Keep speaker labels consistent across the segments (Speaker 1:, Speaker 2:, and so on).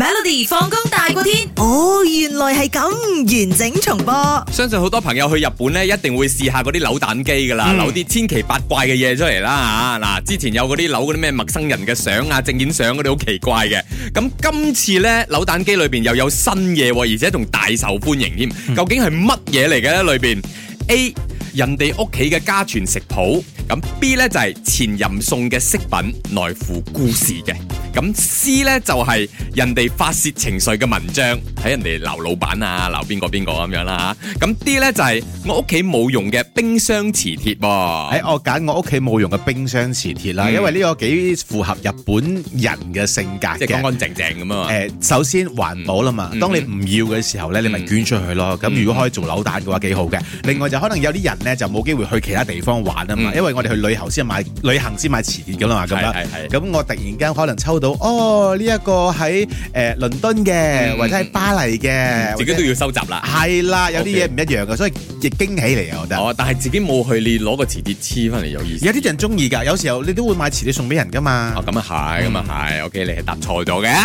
Speaker 1: Melody 放工大過天，哦，原來係咁，完整重播。
Speaker 2: 相信好多朋友去日本咧，一定會試下嗰啲扭蛋機噶啦，扭啲千奇百怪嘅嘢出嚟啦嚇。嗱，之前有嗰啲扭嗰啲咩陌生人嘅相啊、證件相嗰啲好奇怪嘅。咁今次咧扭蛋機裏邊又有新嘢喎，而且仲大受歡迎添。究竟係乜嘢嚟嘅咧？裏邊 A 人哋屋企嘅家傳食譜，咁 B 咧就係、前任送嘅飾品內附故事嘅，咁 C 咧就係、人哋發泄情緒嘅文章，睇人哋鬧老闆啊，鬧邊個邊個咁樣啦嚇，咁 D 咧就係、我屋企冇用嘅冰箱磁鐵喎、
Speaker 3: 喺我揀我屋企冇用嘅冰箱磁鐵啦，
Speaker 2: 嗯
Speaker 3: 因為呢個幾符合日本人嘅性格
Speaker 2: 即係乾
Speaker 3: 嘅。
Speaker 2: 乾淨淨咁啊嘛。
Speaker 3: 誒，首先環保啦嘛，
Speaker 2: 嗯
Speaker 3: 當你唔要嘅時候咧，你咪
Speaker 2: 嗯
Speaker 3: 捐出去咯。咁
Speaker 2: 嗯
Speaker 3: 如果可以做扭蛋嘅話，幾好嘅。另外就可能有啲人咧就冇機會去其他地方玩啊嘛，
Speaker 2: 嗯
Speaker 3: 因為我哋去旅行先買旅行先買磁鐵噶啦嘛，咁啊
Speaker 2: 係係係
Speaker 3: 樣。咁我突然間可能抽到哦呢一個喺誒倫敦嘅，
Speaker 2: 嗯
Speaker 3: 或者喺巴黎嘅，
Speaker 2: 自己都要收集啦。
Speaker 3: 係啦，有啲嘢
Speaker 2: OK
Speaker 3: 唔一樣嘅，所以亦驚喜嚟嘅，我啊覺得。
Speaker 2: 哦，但係自己冇去，你攞個磁鐵黐翻嚟有意思。
Speaker 3: 有啲人中意㗎，有時候你都會買磁鐵送俾人㗎嘛。
Speaker 2: 哦，咁啊係，咁啊係，OK，你係答錯咗嘅。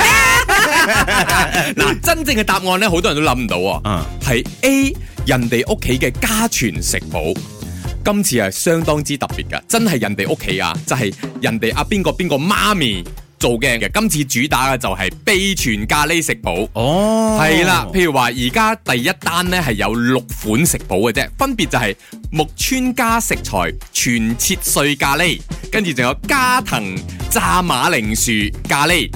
Speaker 2: 嗱，真正嘅 答案咧，好多人都諗唔到啊
Speaker 3: 嗯，
Speaker 2: 係 A 人哋屋企嘅家傳食譜。今次係相當之特別㗎，真係人哋屋企啊，就係、人哋啊邊個邊個媽咪做嘅。今次主打嘅就係秘傳咖喱食譜。
Speaker 3: 哦
Speaker 2: 係啦，譬如話而家第一單呢係有六款食譜嘅啫，分別就係木村家食材全切碎咖喱，跟住仲有加藤炸馬鈴薯咖喱，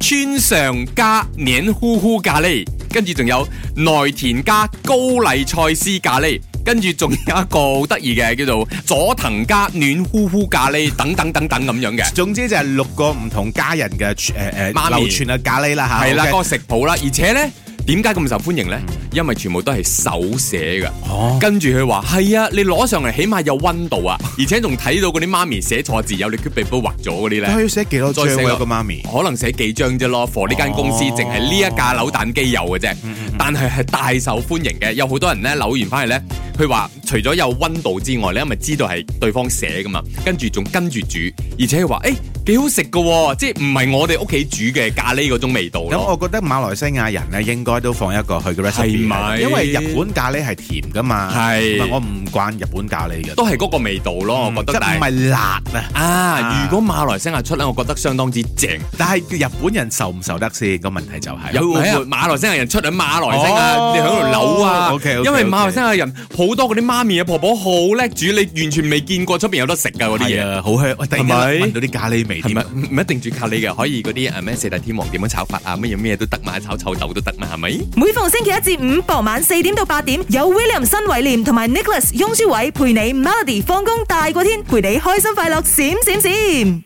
Speaker 2: 川上加黏糊糊咖喱，跟住仲有內田家高麗菜絲咖喱。跟住仲有一個好得意嘅叫做佐藤家暖乎乎咖喱等等等等咁樣嘅，
Speaker 3: 總之就係六個唔同家人嘅誒誒
Speaker 2: 媽咪
Speaker 3: 流傳嘅咖喱啦嚇。
Speaker 2: 係啦，
Speaker 3: 啊 OK
Speaker 2: 嗰個食譜啦，而且咧，點解咁受歡迎咧？因為全部都係手寫噶。
Speaker 3: 哦
Speaker 2: 跟住佢話係啊，你攞上嚟起碼有温度啊，而且仲睇到嗰啲媽咪寫錯字，有你 Q 鼻都畫咗嗰啲
Speaker 3: 可
Speaker 2: 咧，
Speaker 3: 以寫幾多張
Speaker 2: 再
Speaker 3: 喎
Speaker 2: 寫個
Speaker 3: 有個媽咪？
Speaker 2: 可能寫幾張啫咯。for 呢間公司
Speaker 3: 哦嗯
Speaker 2: 淨係呢一架扭蛋機有嘅啫，但係係大受歡迎嘅，有好多人咧扭完翻嚟咧，佢話除咗有温度之外咧，因為知道係對方寫噶嘛，跟住仲跟住煮，而且佢話誒幾好食噶、喎，即係唔係我哋屋企煮嘅咖喱嗰種味道
Speaker 3: 咁
Speaker 2: 咯。
Speaker 3: 我覺得馬來西亞人咧應該都放一個佢嘅 recipe，
Speaker 2: 係咪
Speaker 3: 喺度因為日本咖喱係甜㗎嘛。
Speaker 2: 係
Speaker 3: 同埋我唔慣日本咖喱嘅，
Speaker 2: 都係嗰個味道咯，我覺
Speaker 3: 即
Speaker 2: 得。
Speaker 3: 嗯係唔
Speaker 2: 但係
Speaker 3: 係辣啊？
Speaker 2: 啊
Speaker 3: 啊，
Speaker 2: 如果馬來西亞出咧，我覺得相當之正。
Speaker 3: 但係日本人受唔受得先個問題就係
Speaker 2: 有
Speaker 3: 係啊
Speaker 2: 馬來西亞人出喺馬來西亞，
Speaker 3: 哦
Speaker 2: 你喺度扭啊
Speaker 3: OK，OK，OK
Speaker 2: 因為馬來西亞人好多嗰啲媽咪啊、婆婆好叻煮，你完全未見過出邊有得食㗎嗰啲
Speaker 3: 係
Speaker 2: 嘢。
Speaker 3: 啊，好香！喂，突然間
Speaker 2: 係咪
Speaker 3: 聞到啲咖喱味
Speaker 2: 係
Speaker 3: 添
Speaker 2: 咪。唔一定煮咖喱嘅？可以嗰啲呃誒咩四大天王點樣炒法啊？乜嘢咩都得嘛，炒臭豆都得嘛，係咪？
Speaker 1: 每逢星期一至五傍晚四點到八點，有 William 新偉廉同埋 Nicholas 雍舒偉陪你 Melody 放工大過天，陪你開心快樂閃閃閃。